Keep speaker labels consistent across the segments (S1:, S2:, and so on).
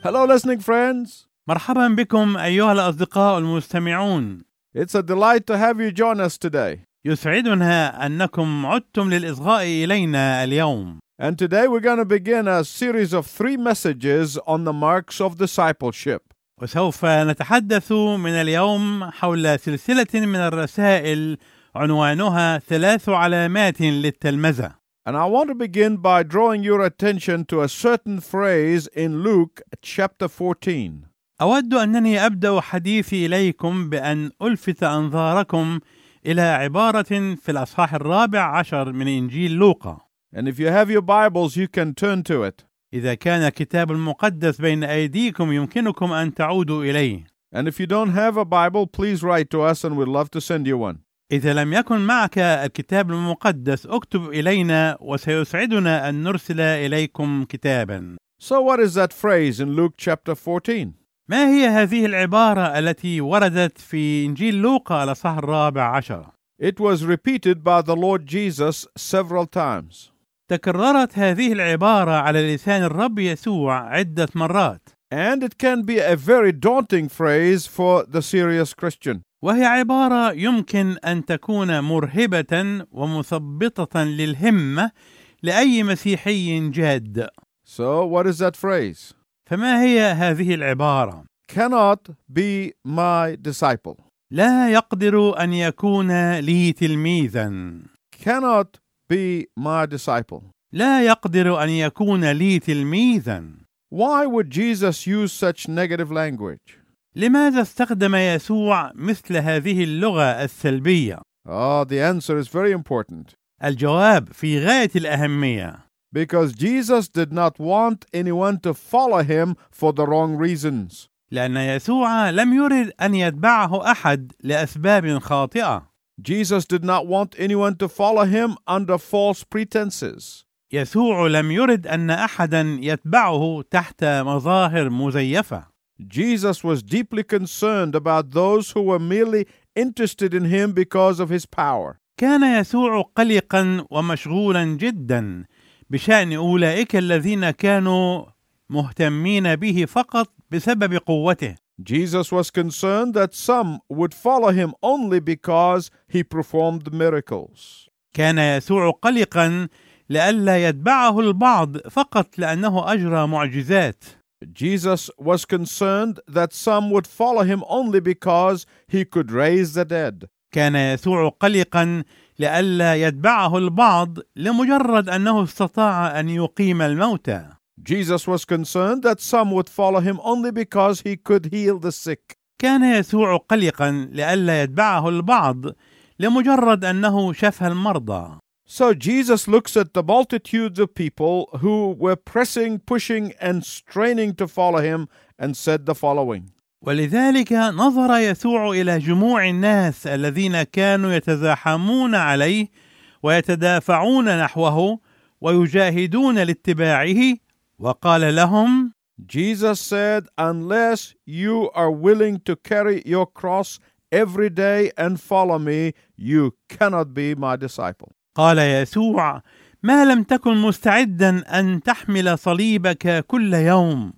S1: Hello, listening friends.
S2: مرحبا بكم أيها الأصدقاء المستمعون
S1: It's a delight to have you join us today.
S2: يسعدنا أنكم عدتم للإصغاء إلينا اليوم
S1: And today we're going to begin a series of three messages on the marks of discipleship.
S2: وسوف نتحدث من اليوم حول سلسلة من الرسائل عنوانها ثلاث علامات للتلمذة
S1: And I want to begin by drawing your attention to a certain phrase in Luke chapter 14.
S2: أود أنني أبدأ حديثي إليكم بأن ألفت أنظاركم إلى عبارة في الأصحاح الرابع عشر من إنجيل لوقا
S1: And if you have your Bibles, you can turn to it.
S2: إذا كان الكتاب المقدس بين أيديكم يمكنكم أن تعودوا إليه
S1: And if you don't have a Bible, please write to us and we'd love to send you one.
S2: إذا لم يكن معك الكتاب المقدس اكتب إلينا وسيسعدنا أن نرسل إليكم كتابا.
S1: So, what is that phrase in Luke chapter 14?
S2: ما هي هذه العبارة التي وردت في إنجيل لوقا الأصحاح الرابع عشر؟
S1: It was repeated by the Lord Jesus several times.
S2: تكررت هذه العبارة على لسان الرب يسوع عدة مرات،
S1: And it can be a very daunting phrase for the serious Christian.
S2: وهي عبارة يمكن أن تكون مرهبة ومثبطة للهمة لأي مسيحي جاد.
S1: So, what is that phrase?
S2: فما هي هذه العبارة؟
S1: Cannot be my disciple.
S2: لا يقدر ان يكون لي تلميذا
S1: Cannot be my disciple.
S2: لا يقدر ان يكون لي تلميذا
S1: Why would Jesus use such negative language?
S2: لماذا استخدم يسوع مثل هذه اللغه السلبيه
S1: Oh, the answer is very important.
S2: الجواب في غايه الاهميه
S1: Because Jesus did not want anyone to follow him for the wrong reasons.
S2: لان يسوع لم يرد ان يتبعه احد لاسباب خاطئه
S1: Jesus did not want anyone to follow him under false pretenses.
S2: يسوع لم يرد ان احدا يتبعه تحت مظاهر مزيفه
S1: Jesus was deeply concerned about those who were merely interested in him because of his power.
S2: كان يسوع قلقا ومشغولا جدا بشان اولئك الذين كانوا مهتمين به فقط بسبب قوته
S1: Jesus was concerned that some would follow him only because he performed miracles.
S2: كان يسوع قلقا لئلا يتبعه البعض فقط لانه اجرى معجزات
S1: Jesus was concerned that some would follow him only because he could raise the dead.
S2: كان يسوع قلقا لئلا يتبعه البعض لمجرد انه استطاع ان يقيم الموتى
S1: Jesus was concerned that some would follow him only because he could heal the sick.
S2: كان يسوع قلقا لئلا يتبعه البعض لمجرد انه شفى المرضى
S1: So Jesus looks at the multitudes of people who were pressing, pushing, and straining to follow him and said the following
S2: ولذلك نظر يسوع الى جموع الناس الذين كانوا يتزاحمون عليه ويتدافعون نحوه ويجاهدون لاتباعه وقال لهم
S1: Jesus said, Unless you are willing to carry your cross every day and follow me, you cannot be my disciple.
S2: قال يسوع ما لم تكن مستعدا ان تحمل صليبك كل يوم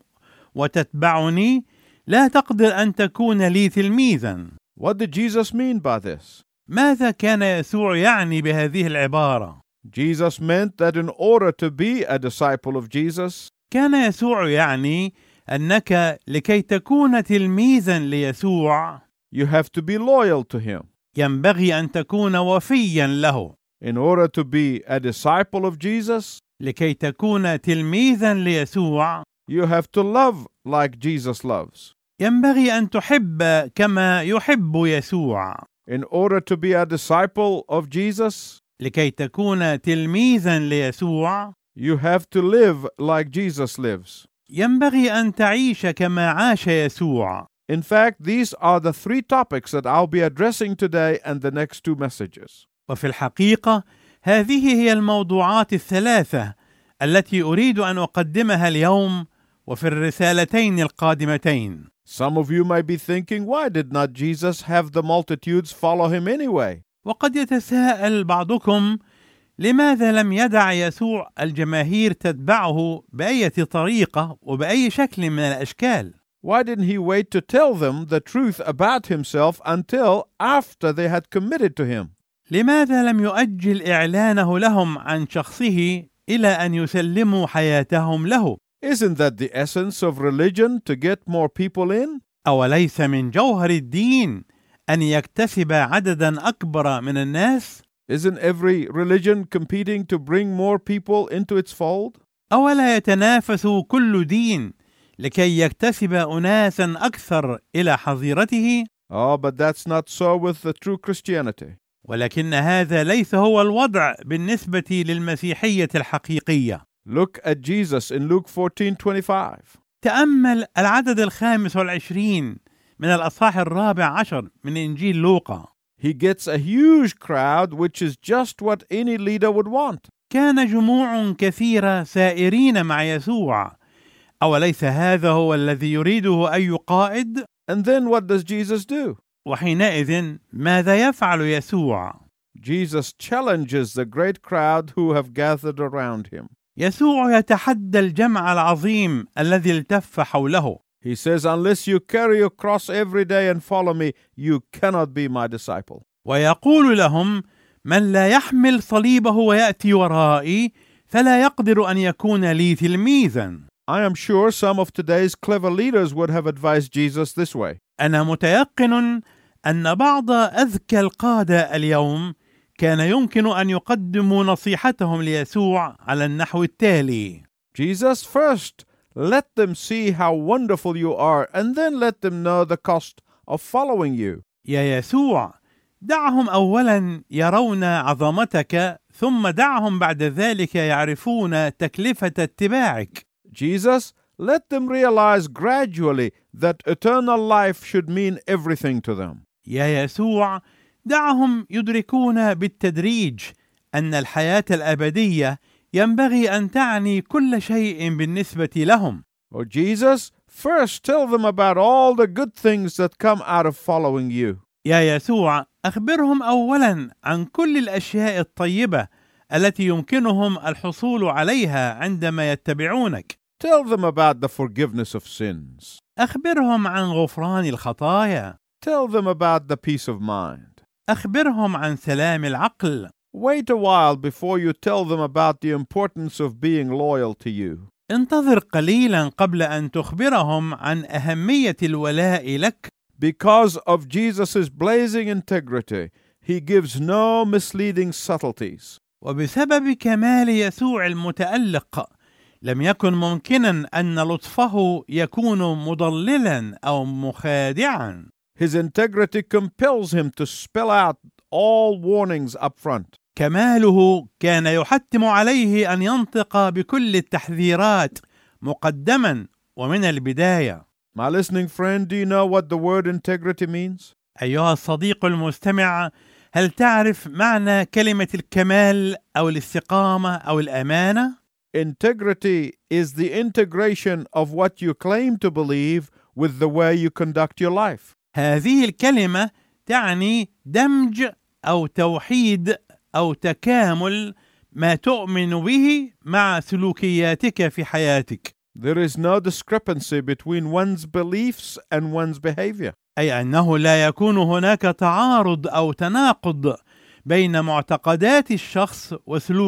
S2: وتتبعني لا تقدر ان تكون لي تلميذا
S1: What did Jesus mean by this?
S2: ماذا كان يسوع يعني بهذه العباره
S1: Jesus meant that in order to be a disciple of Jesus,
S2: كان يسوع يعني انك لكي تكون تلميذا ليسوع
S1: you have to be loyal to him.
S2: ينبغي ان تكون وفيا له
S1: In order to be a disciple of Jesus,
S2: لكي تكون تلميذا ليسوع
S1: You have to love like Jesus loves.
S2: ينبغي ان تحب كما يحب يسوع
S1: In order to be a disciple of Jesus,
S2: لكي تكون تلميذا ليسوع
S1: you have to live like Jesus lives.
S2: ينبغي ان تعيش كما عاش يسوع
S1: In fact, these are the three topics that I'll be addressing today and the next two messages.
S2: وفي الحقيقه هذه هي الموضوعات الثلاثه التي اريد ان اقدمها اليوم وفي الرسالتين القادمتين
S1: Some of you may be thinking, why did not Jesus have the multitudes follow him anyway?
S2: وقد يتساءل بعضكم لماذا لم يدع يسوع الجماهير تتبعه باي طريقه وباي شكل من الاشكال
S1: Why didn't he wait to tell them the truth about himself until after they had committed to him?
S2: لماذا لم يؤجل اعلانه لهم عن شخصه الى ان يسلموا حياتهم له
S1: Isn't that the essence of religion to get more people in?
S2: اوليس من جوهر الدين ان يكتسب عددا اكبر من الناس
S1: Isn't every religion competing to bring more people into its fold?
S2: أولا يتنافس كل دين لكي يكتسب أناسا أكثر إلى حظيرته
S1: Oh, but that's not so with the true Christianity.
S2: ولكن هذا ليس هو الوضع بالنسبة للمسيحية الحقيقية
S1: Look at Jesus in Luke 14:25.
S2: تأمل العدد الخامس والعشرين من الأصحاح الرابع عشر من إنجيل لوقا
S1: He gets a huge crowd, which is just what any leader would want.
S2: كان جموع كثيرة سائرين مع يسوع أوليس هذا هو الذي يريده أي قائد؟
S1: And then what does Jesus do?
S2: وحينئذ ماذا يفعل يسوع؟
S1: Jesus challenges the great crowd who have gathered around him.
S2: يسوع يتحدى الجمع العظيم الذي التف حوله
S1: He says, Unless you carry your cross every day and follow me, you cannot be my disciple.
S2: ويقول لهم من لا يحمل صليبه وياتي ورائي فلا يقدر ان يكون لي تلميذا
S1: I am sure some of today's clever leaders would have advised Jesus this way
S2: انا متيقن ان بعض اذكى القاده اليوم كان يمكن ان يقدموا نصيحتهم ليسوع على النحو التالي
S1: Jesus, first, let them see how wonderful you are, and then let them know the cost of following you.
S2: يا يسوع دعهم اولا يرون عظمتك ثم دعهم بعد ذلك يعرفون تكلفه اتباعك
S1: Jesus, let them realize gradually that eternal life should mean everything to them.
S2: يا يسوع دعهم يدركون بالتدريج ان الحياه الابديه ينبغي ان تعني كل شيء بالنسبه لهم
S1: Oh, Jesus, first tell them about all the good things that come out of following you.
S2: يا يسوع اخبرهم اولا عن كل الاشياء الطيبه التي يمكنهم الحصول عليها عندما يتبعونك
S1: Tell them about the forgiveness of sins.
S2: اخبرهم عن غفران الخطايا
S1: Tell them about the peace of mind.
S2: أخبرهم عن سلام العقل
S1: Wait a while before you tell them about the importance of being loyal to you.
S2: انتظر قليلا قبل أن تخبرهم عن أهمية الولاء لك
S1: Because of Jesus' blazing integrity, he gives no misleading subtleties.
S2: وبسبب كمال يسوع المتألق لم يكن ممكنا أن لطفه يكون مضللا أو مخادعا
S1: His integrity compels him to spell out all warnings up front.
S2: كماله كان يحتم عليه أن ينطق بكل التحذيرات مقدما ومن البداية
S1: My listening friend, do you know what the word integrity means?
S2: أيها الصديق المستمع هل تعرف معنى كلمة الكمال أو الاستقامة أو الأمانة؟
S1: Integrity is the integration of what you claim to believe with the way you conduct your life.
S2: هذه الكلمة تعني دمج أو توحيد أو تكامل ما تؤمن به مع سلوكياتك في حياتك،
S1: There is no discrepancy between one's beliefs and one's behavior.
S2: أي أنه لا يكون هناك تعارض أو تناقض بين معتقدات الشخص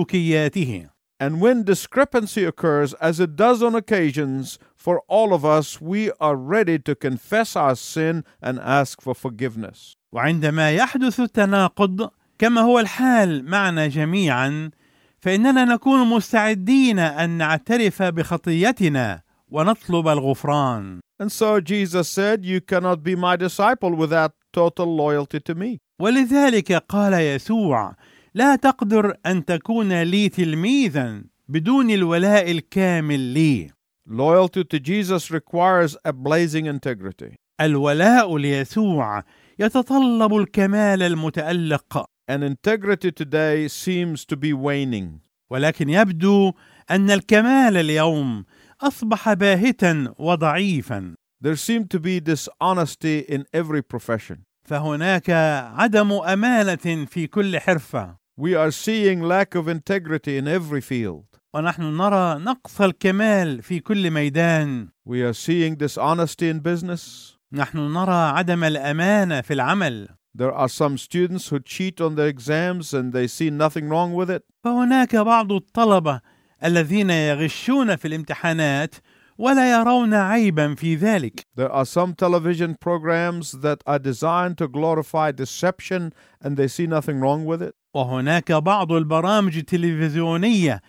S2: وسلوكياته.
S1: And when discrepancy occurs, as it does on occasions for all of us, we are ready to confess our sin and ask for forgiveness.
S2: وعندما يحدث التناقض كما هو الحال معنا جميعا فاننا نكون مستعدين ان نعترف بخطيتنا ونطلب الغفران
S1: And so Jesus said, You cannot be my disciple without total loyalty to me.
S2: ولذلك قال يسوع لا تقدر ان تكون لي تلميذا بدون الولاء الكامل لي
S1: Loyalty to Jesus requires a blazing integrity.
S2: الولاء ليسوع يتطلب الكمال المتالق
S1: And integrity today seems to be waning.
S2: ولكن يبدو ان الكمال اليوم اصبح باهتا وضعيفا
S1: There seems to be dishonesty in every profession.
S2: فهناك عدم امانه في كل حرفه
S1: We are seeing lack of integrity in every field.
S2: ونحن نرى نقص الكمال في كل ميدان
S1: We are seeing dishonesty in business.
S2: نحن نرى عدم الامانه في العمل
S1: There are some students who cheat on their exams and they see nothing wrong with it.
S2: فهناك بعض الطلبه الذين يغشون في الامتحانات ولا يرون عيبا في ذلك
S1: There are some television programs that are designed to glorify deception and they see nothing wrong with it.
S2: وهناك بعض البرامج التلفزيونيه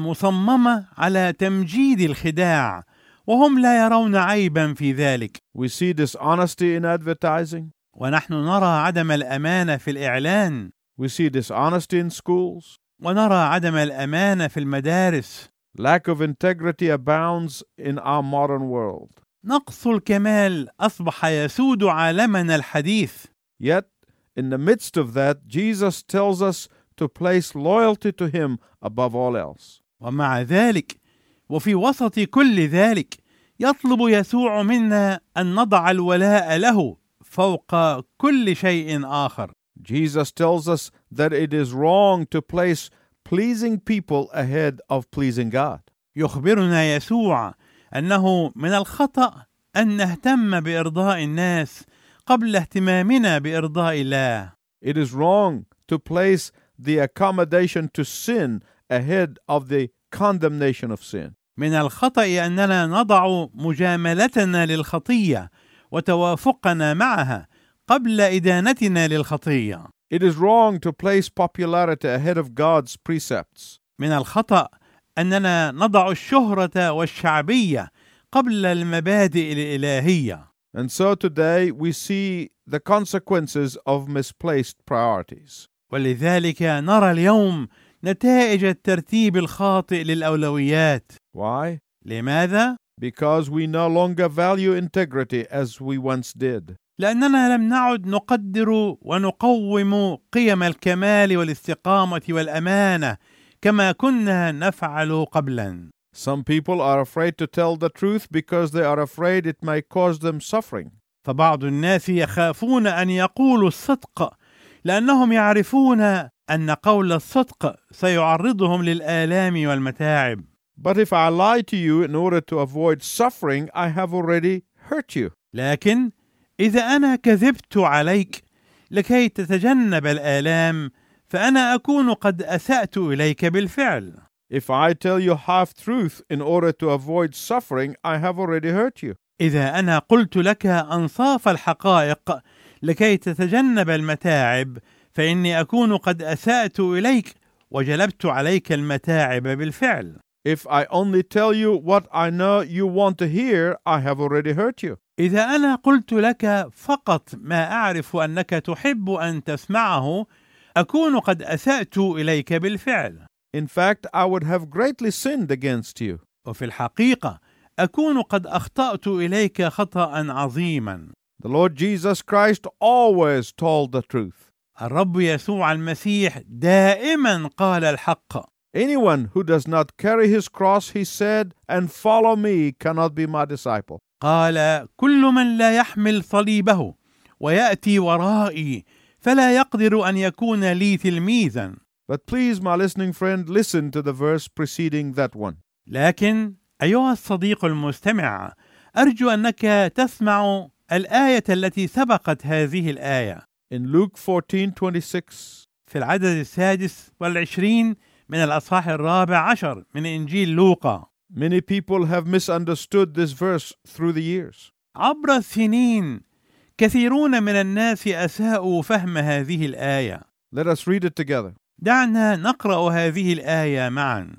S2: المصممه على تمجيد الخداع وهم لا يرون عيبا في ذلك
S1: We see dishonesty in advertising.
S2: ونحن نرى عدم الامانه في الاعلان
S1: We see dishonesty in schools.
S2: ونرى عدم الامانه في المدارس
S1: Lack of integrity abounds in our modern world.
S2: نقص الكمال اصبح يسود عالمنا الحديث
S1: Yet, in the midst of that, Jesus tells us to place loyalty to Him above all else.
S2: ومع ذلك وفي وسط كل ذلك يطلب يسوع منا ان نضع الولاء له فوق كل شيء اخر
S1: Jesus tells us that it is wrong to place pleasing people ahead of pleasing God.
S2: يخبرنا يسوع انه من الخطا ان نهتم بارضاء الناس قبل اهتمامنا بارضاء الله
S1: It is wrong to place the accommodation to sin ahead of the condemnation of sin.
S2: من الخطا اننا نضع مجاملتنا للخطيه وتوافقنا معها قبل ادانتنا للخطيه
S1: It is wrong to place popularity ahead of God's precepts.
S2: من الخطا اننا نضع الشهره والشعبيه قبل المبادئ الالهيه
S1: And so today we see the consequences of misplaced priorities.
S2: ولذلك نرى اليوم نتائج الترتيب الخاطئ للاولويات
S1: Why?
S2: لماذا
S1: Because we no longer value integrity as we once did.
S2: لاننا لم نعد نقدر ونقوم قيم الكمال والاستقامه والامانه كما كنا نفعل قبلا
S1: Some people are afraid to tell the truth because they are afraid it may cause them suffering.
S2: فبعض الناس يخافون ان يقولوا الصدق لانهم يعرفون ان قول الصدق سيعرضهم للالام والمتاعب
S1: But if I lie to you in order to avoid suffering, I have already hurt you.
S2: لكن اذا انا كذبت عليك لكي تتجنب الالام فانا اكون قد اسات اليك بالفعل
S1: If I tell you half truth in order to avoid suffering, I have already hurt you.
S2: اذا انا قلت لك انصاف الحقائق لكي تتجنب المتاعب فاني اكون قد اسات اليك وجلبت عليك المتاعب بالفعل
S1: If I only tell you what I know you want to hear, I have already hurt you.
S2: إذا أنا قلت لك فقط ما أعرف أنك تحب أن تسمعه، أكون قد أسأت إليك بالفعل،
S1: In fact, I would have greatly sinned against you.
S2: وفي الحقيقة أكون قد أخطأت إليك خطأ عظيما.
S1: The Lord Jesus Christ always told the truth.
S2: الرب يسوع المسيح دائما قال الحق،
S1: Anyone who does not carry his cross, he said, and follow me cannot be my disciple.
S2: قال: كل من لا يحمل صليبه ويأتي ورائي فلا يقدر أن يكون لي تلميذا.
S1: But please, my listening friend, listen to the verse preceding that one.
S2: لكن أيها الصديق المستمع أرجو أنك تسمع الآية التي سبقت هذه الآية
S1: In Luke 14:26,
S2: في العدد السادس والعشرين من الأصحاح الرابع عشر من إنجيل لوقا
S1: many people have misunderstood this verse through the years.
S2: عبر السنين كثيرون من الناس أساءوا فهم هذه الآية
S1: Let us read it together.
S2: دعنا نقرا هذه الايه معا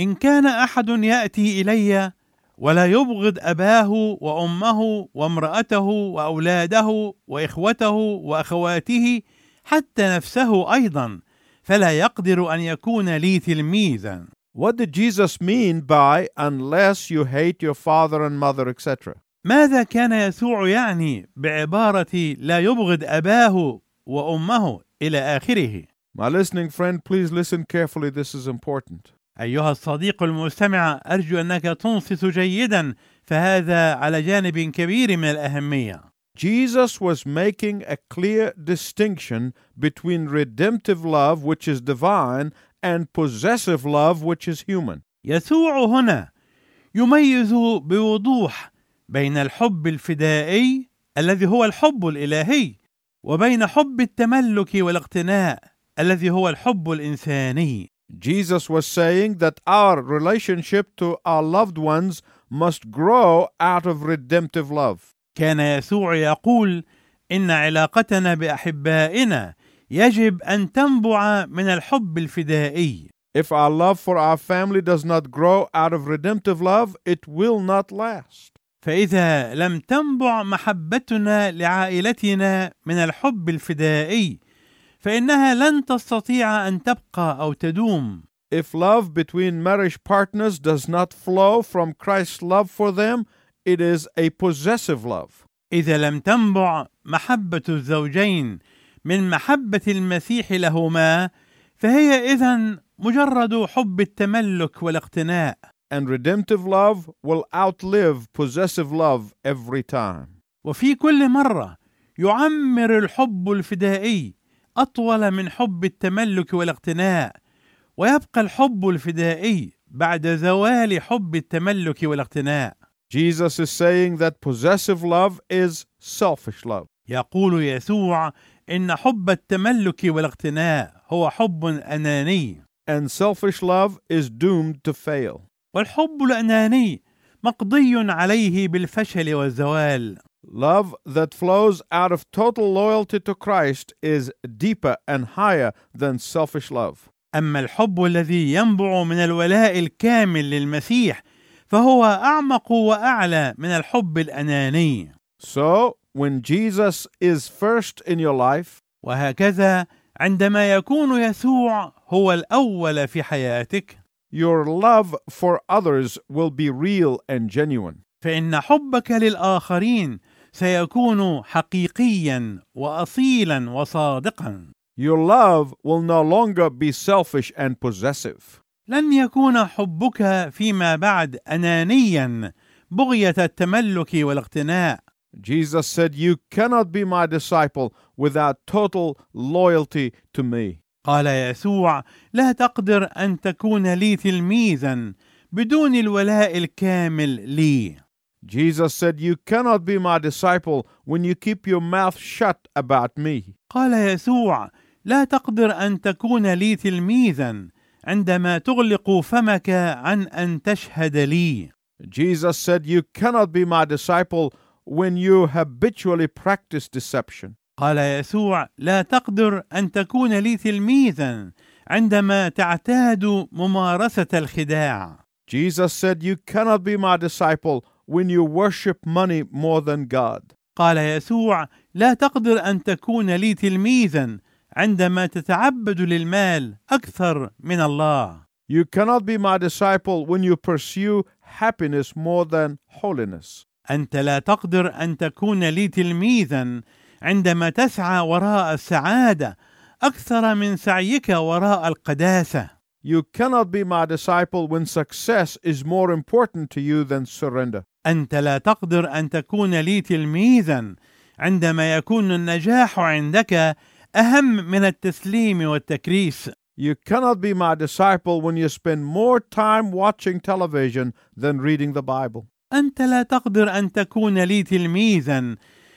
S2: ان كان احد ياتي الي ولا يبغض اباه وامه وامراته واولاده واخوته واخواته حتى نفسه ايضا فلا يقدر ان يكون لي تلميذا
S1: What did Jesus mean by unless you hate your father and mother, etc.?
S2: ماذا كان يسوع يعني بعباره لا يبغض اباه وامه الى اخره
S1: My listening friend, please listen carefully. This is important.
S2: أيها الصديق المستمع أرجو أنك تنصت جيدا فهذا على جانب كبير من الأهمية
S1: Jesus was making a clear distinction between redemptive love, which is divine, and possessive love, which is human.
S2: يسوع هنا يميز بوضوح بين الحب الفدائي الذي هو الحب الالهي وبين حب التملك والاقتناء الذي هو الحب الانساني
S1: Jesus was saying that our relationship to our loved ones must grow out of redemptive love.
S2: كان يسوع يقول ان علاقتنا باحبائنا يجب ان تنبع من الحب الفدائي
S1: If our love for our family does not grow out of redemptive love, it will not last.
S2: فاذا لم تنبع محبتنا لعائلتنا من الحب الفدائي فانها لن تستطيع ان تبقى او تدوم
S1: If love between marriage partners does not flow from Christ's love for them, it is a possessive love.
S2: اذا لم تنبع محبه الزوجين من محبه المسيح لهما فهي اذا مجرد حب التملك والاقتناء
S1: And redemptive love will outlive possessive love every time.
S2: وفي كل مره يعمر الحب الفدائي اطول من حب التملك والاقتناء ويبقى الحب الفدائي بعد زوال حب التملك والاقتناء
S1: Jesus is saying that possessive love is selfish love.
S2: يقول يسوع ان حب التملك والاقتناء هو حب اناني
S1: and selfish love is doomed to fail.
S2: والحب الاناني مقضي عليه بالفشل والزوال
S1: Love that flows out of total loyalty to Christ is deeper and higher than selfish love.
S2: اما الحب الذي ينبع من الولاء الكامل للمسيح فهو اعمق واعلى من الحب الاناني
S1: So, when Jesus is first in your life,
S2: وهكذا عندما يكون يسوع هو الاول في حياتك
S1: your love for others will be real and genuine.
S2: فان حبك للاخرين سيكون حقيقيا واصيلا وصادقا
S1: Your love will no longer be selfish and possessive.
S2: لن يكون حبك فيما بعد انانيا بغيه التملك والاقتناء
S1: Jesus said, You cannot be my disciple without total loyalty to me.
S2: قال يسوع لا تقدر ان تكون لي تلميذا بدون الولاء الكامل لي
S1: Jesus said, You cannot be my disciple when you keep your mouth shut about me.
S2: قال يسوع لا تقدر ان تكون لي تلميذا عندما تغلق فمك عن ان تشهد لي
S1: Jesus said, You cannot be my disciple when you habitually practice deception.
S2: قال يسوع لا تقدر ان تكون لي تلميذا عندما تعتاد ممارسه الخداع
S1: Jesus said, You cannot be my disciple when you worship money more than God.
S2: قال يسوع لا تقدر ان تكون لي تلميذا عندما تتعبد للمال اكثر من الله
S1: You cannot be my disciple when you pursue happiness more than holiness.
S2: انت لا تقدر ان تكون لي تلميذا عندما تسعى وراء السعاده اكثر من سعيك وراء القداسه
S1: You cannot be my disciple when success is more important to you than surrender.
S2: انت لا تقدر ان تكون لي تلميذا عندما يكون النجاح عندك اهم من التسليم والتكريس
S1: You cannot be my disciple when you spend more time watching television than reading the Bible.
S2: انت لا تقدر ان تكون لي تلميذا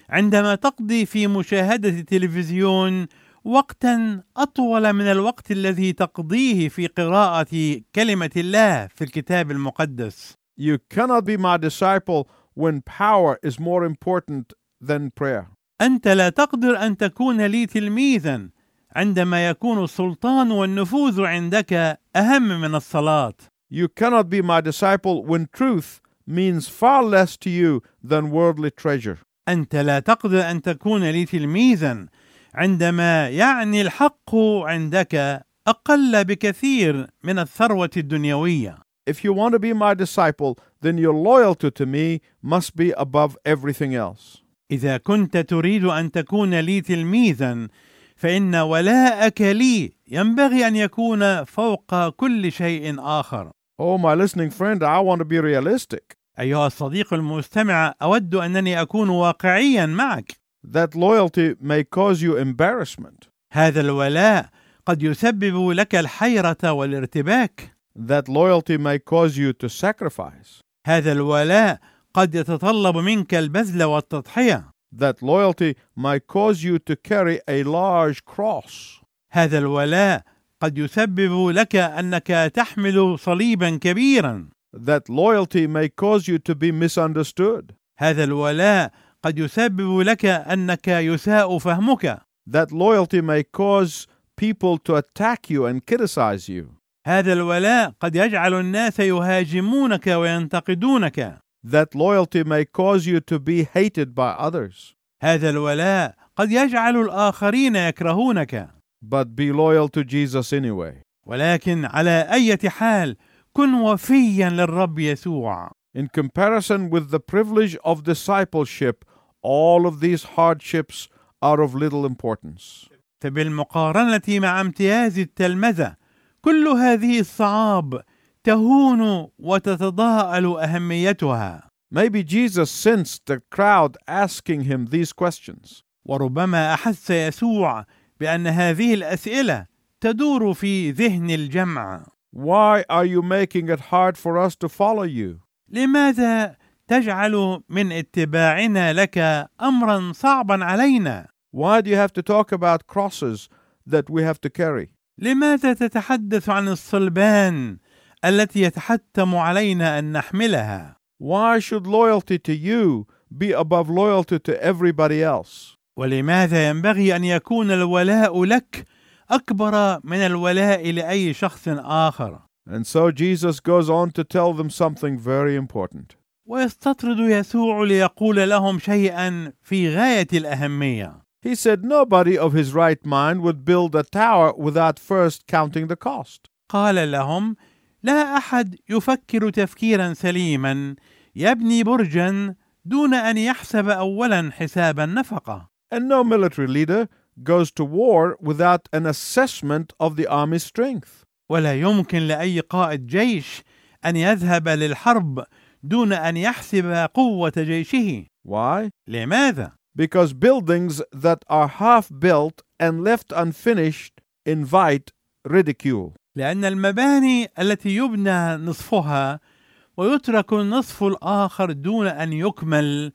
S2: عندما تقضي في مشاهده التلفزيون وقتا اطول من الوقت الذي تقضيه في قراءه كلمه الله في الكتاب المقدس
S1: You cannot be my disciple when power is more important than prayer.
S2: انت لا تقدر ان تكون لي تلميذا عندما يكون السلطان والنفوذ عندك اهم من الصلاه
S1: You cannot be my disciple when truth means far less to you than worldly treasure.
S2: انت لا تقدر ان تكون لي تلميذا عندما يعني الحق عندك اقل بكثير من الثروه الدنيويه
S1: If you want to be my disciple, then your loyalty to me must be above everything else.
S2: اذا كنت تريد ان تكون لي تلميذا فان ولاءك لي ينبغي ان يكون فوق كل شيء اخر
S1: Oh, my listening friend, I want to be realistic.
S2: ايها الصديق المستمع اود انني اكون واقعيا معك
S1: That loyalty may cause you embarrassment.
S2: هذا الولاء قد يسبب لك الحيره والارتباك
S1: That loyalty may cause you to sacrifice.
S2: هذا الولاء قد يتطلب منك البذل والتضحيه
S1: That loyalty might cause you to carry a large cross.
S2: هذا الولاء قد يسبب لك انك تحمل صليبا كبيرا
S1: That loyalty may cause you to be misunderstood.
S2: هذا الولاء قد يسبب لك انك يساء فهمك
S1: That loyalty may cause people to attack you and criticize you.
S2: هذا الولاء قد يجعل الناس يهاجمونك وينتقدونك
S1: That loyalty may cause you to be hated by others.
S2: هذا الولاء قد يجعل الاخرين يكرهونك
S1: But be loyal to Jesus anyway.
S2: ولكن على اي حال كن وفيا للرب يسوع
S1: In comparison with the privilege of discipleship, all of these hardships are of little importance.
S2: فبالمقارنه مع امتياز التلمذه كل هذه الصعاب تهون وتتضاءل اهميتها
S1: Maybe Jesus sensed the crowd asking him these questions.
S2: وربما احس يسوع بان هذه الاسئله تدور في ذهن الجمع
S1: Why are you making it hard for us to follow you?
S2: لماذا تجعل من اتباعنا لك امرا صعبا علينا
S1: Why do you have to talk about crosses that we have to carry?
S2: لماذا تتحدث عن الصلبان التي يتحتم علينا ان نحملها
S1: Why should loyalty to you be above loyalty to everybody else?
S2: ولماذا ينبغي ان يكون الولاء لك اكبر من الولاء لاي شخص اخر
S1: And so Jesus goes on to tell them something very important.
S2: ويستطرد يسوع ليقول لهم شيئا في غايه الاهميه
S1: He said nobody of his right mind would build a tower without first counting the cost.
S2: قال لهم لا احد يفكر تفكيرا سليما يبني برجا دون ان يحسب اولا حساب النفقه
S1: And no military leader goes to war without an assessment of the army's strength.
S2: ولا يمكن لاي قائد جيش ان يذهب للحرب دون ان يحسب قوه جيشه
S1: Why?
S2: لماذا
S1: Because buildings that are half built and left unfinished invite ridicule.
S2: لان المباني التي يبنى نصفها ويترك النصف الاخر دون ان يكمل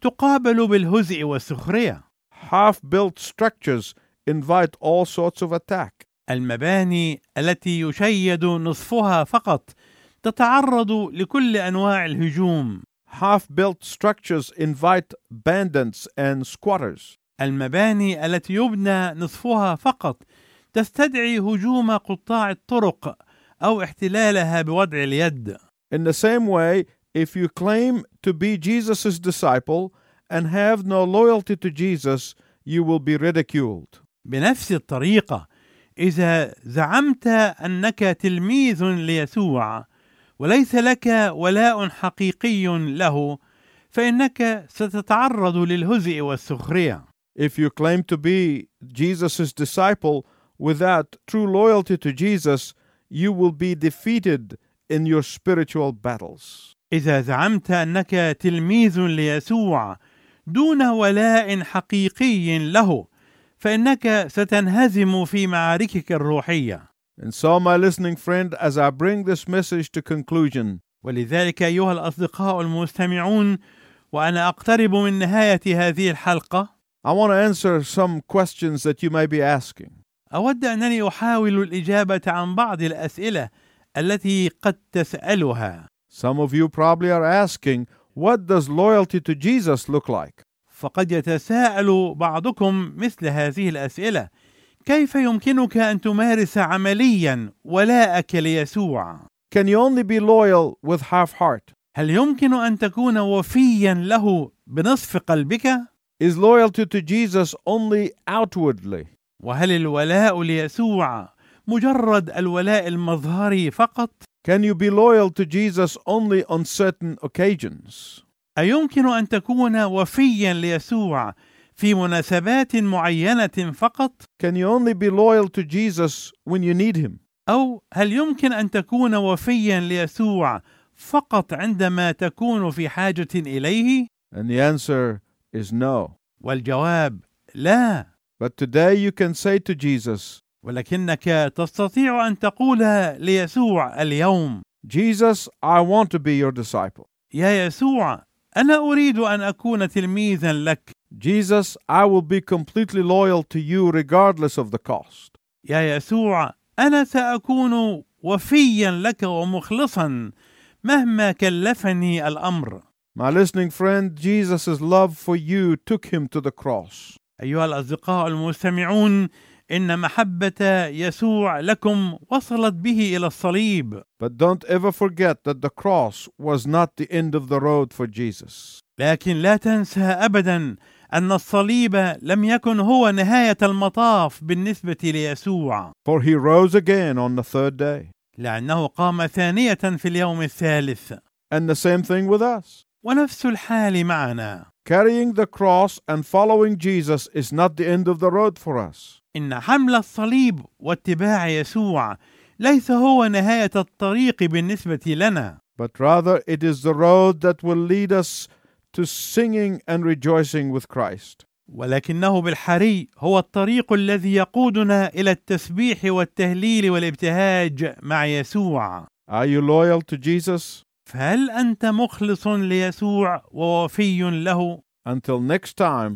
S2: تقابل بالهزء والسخريه
S1: Half built structures invite all sorts of attack.
S2: المباني التي يشيد نصفها فقط تتعرض لكل انواع الهجوم
S1: Half built structures invite bandits and squatters.
S2: المباني التي يبنى نصفها فقط تستدعي هجوم قطاع الطرق او احتلالها بوضع اليد
S1: In the same way, if you claim to be Jesus' disciple and have no loyalty to Jesus, you will be ridiculed.
S2: بنفس الطريقه اذا زعمت انك تلميذ ليسوع وليس لك ولاء حقيقي له فانك ستتعرض للهزء والسخريه
S1: If you claim to be Jesus' disciple without true loyalty to Jesus, you will be defeated in your spiritual battles.
S2: إذا زعمت أنك تلميذ ليسوع دون ولاء حقيقي له فإنك ستنهزم في معاركك الروحية
S1: And so, my listening friend, as I bring this message to conclusion,
S2: ولذلك أيها الأصدقاء المستمعون وأنا أقترب من نهاية هذه الحلقة
S1: I want to answer some questions that you may be asking.
S2: أود أنني أحاول الإجابة عن بعض الأسئلة التي قد تسألها
S1: Some of you probably are asking, what does loyalty to Jesus look like?
S2: فقد يتساءل بعضكم مثل هذه الاسئله كيف يمكنك ان تمارس عمليا ولاءك ليسوع
S1: Can you only be loyal with half heart?
S2: هل يمكن ان تكون وفيا له بنصف قلبك
S1: Is loyalty to Jesus only outwardly?
S2: وهل الولاء ليسوع مجرد الولاء المظهري فقط
S1: Can you be loyal to Jesus only on certain occasions?
S2: ايمكن ان تكون وفيا ليسوع في مناسبات معينه فقط
S1: Can you only be loyal to Jesus when you need him?
S2: أو هل يمكن أن تكون وفيا ليسوع فقط عندما تكون في حاجه اليه
S1: And the answer is no.
S2: والجواب لا
S1: But today you can say to Jesus,
S2: ولكنك تستطيع ان تقول ليسوع اليوم
S1: Jesus, I want to be your disciple.
S2: يا يسوع انا اريد ان اكون تلميذا لك
S1: Jesus, I will be completely loyal to you regardless of the cost.
S2: يا يسوع انا ساكون وفيا لك ومخلصا مهما كلفني الامر
S1: My listening friend, Jesus' love for you took him to the cross.
S2: ايها الاصدقاء المستمعون ان محبه يسوع لكم وصلت به الى الصليب
S1: But don't ever forget that the cross was not the end of the road for Jesus.
S2: لكن لا تنسى ابدا ان الصليب لم يكن هو نهايه المطاف بالنسبه ليسوع
S1: For he rose again on the third day.
S2: لانه قام ثانيه في اليوم الثالث
S1: And the same thing with us.
S2: ونفس الحال معنا
S1: Carrying the cross and following Jesus is not the end of the road for us.
S2: ان حمل الصليب واتباع يسوع ليس هو نهايه الطريق بالنسبه لنا
S1: But rather, it is the road that will lead us to singing and rejoicing with Christ.
S2: ولكنه بالحري هو الطريق الذي يقودنا الى التسبيح والتهليل والابتهاج مع يسوع
S1: Are you loyal to Jesus?
S2: فهل انت مخلص ليسوع ووفي له
S1: Until next time,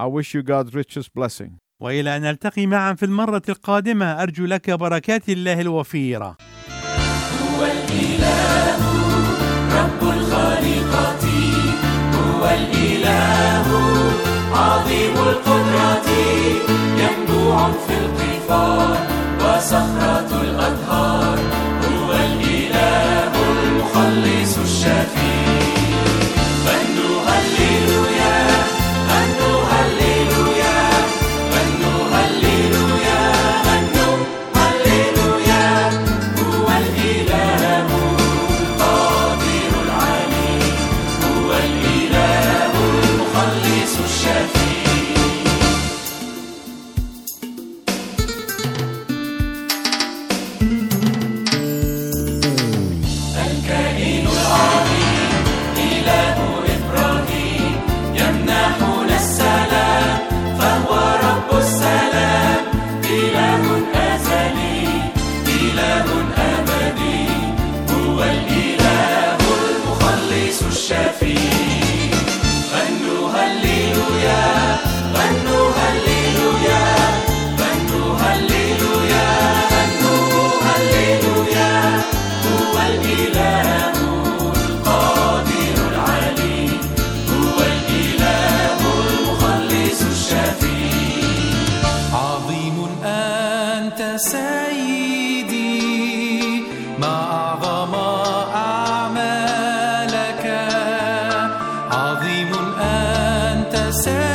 S1: I wish you God's richest blessing.
S2: والى ان نلتقي معا في المره القادمه ارجو لك بركات الله الوفيره
S3: هو الإله رب الخليقة هو الإله عظيم القدرة ينبوع في القفار وصخرة الأنهار هو الإله المخلص الشفيع غنوا هللويا غنوا هللويا غنوا هللويا غنوا هللويا هو الإله القادر العليم هو الإله المخلص الشفيع الكائن العظيم إله إبراهيم يمنحنا السلام فهو رب السلام إله أزلي إله أبدي هو الإله المخلص الشفيع غنوا هللويا غنوا هللويا غنوا هللويا غنوا هللويا هو الإله القادر العليم هو الإله المخلص الشفيع عظيم أنت سيدي ما أعظم أعمالك عظيم أنت سيدي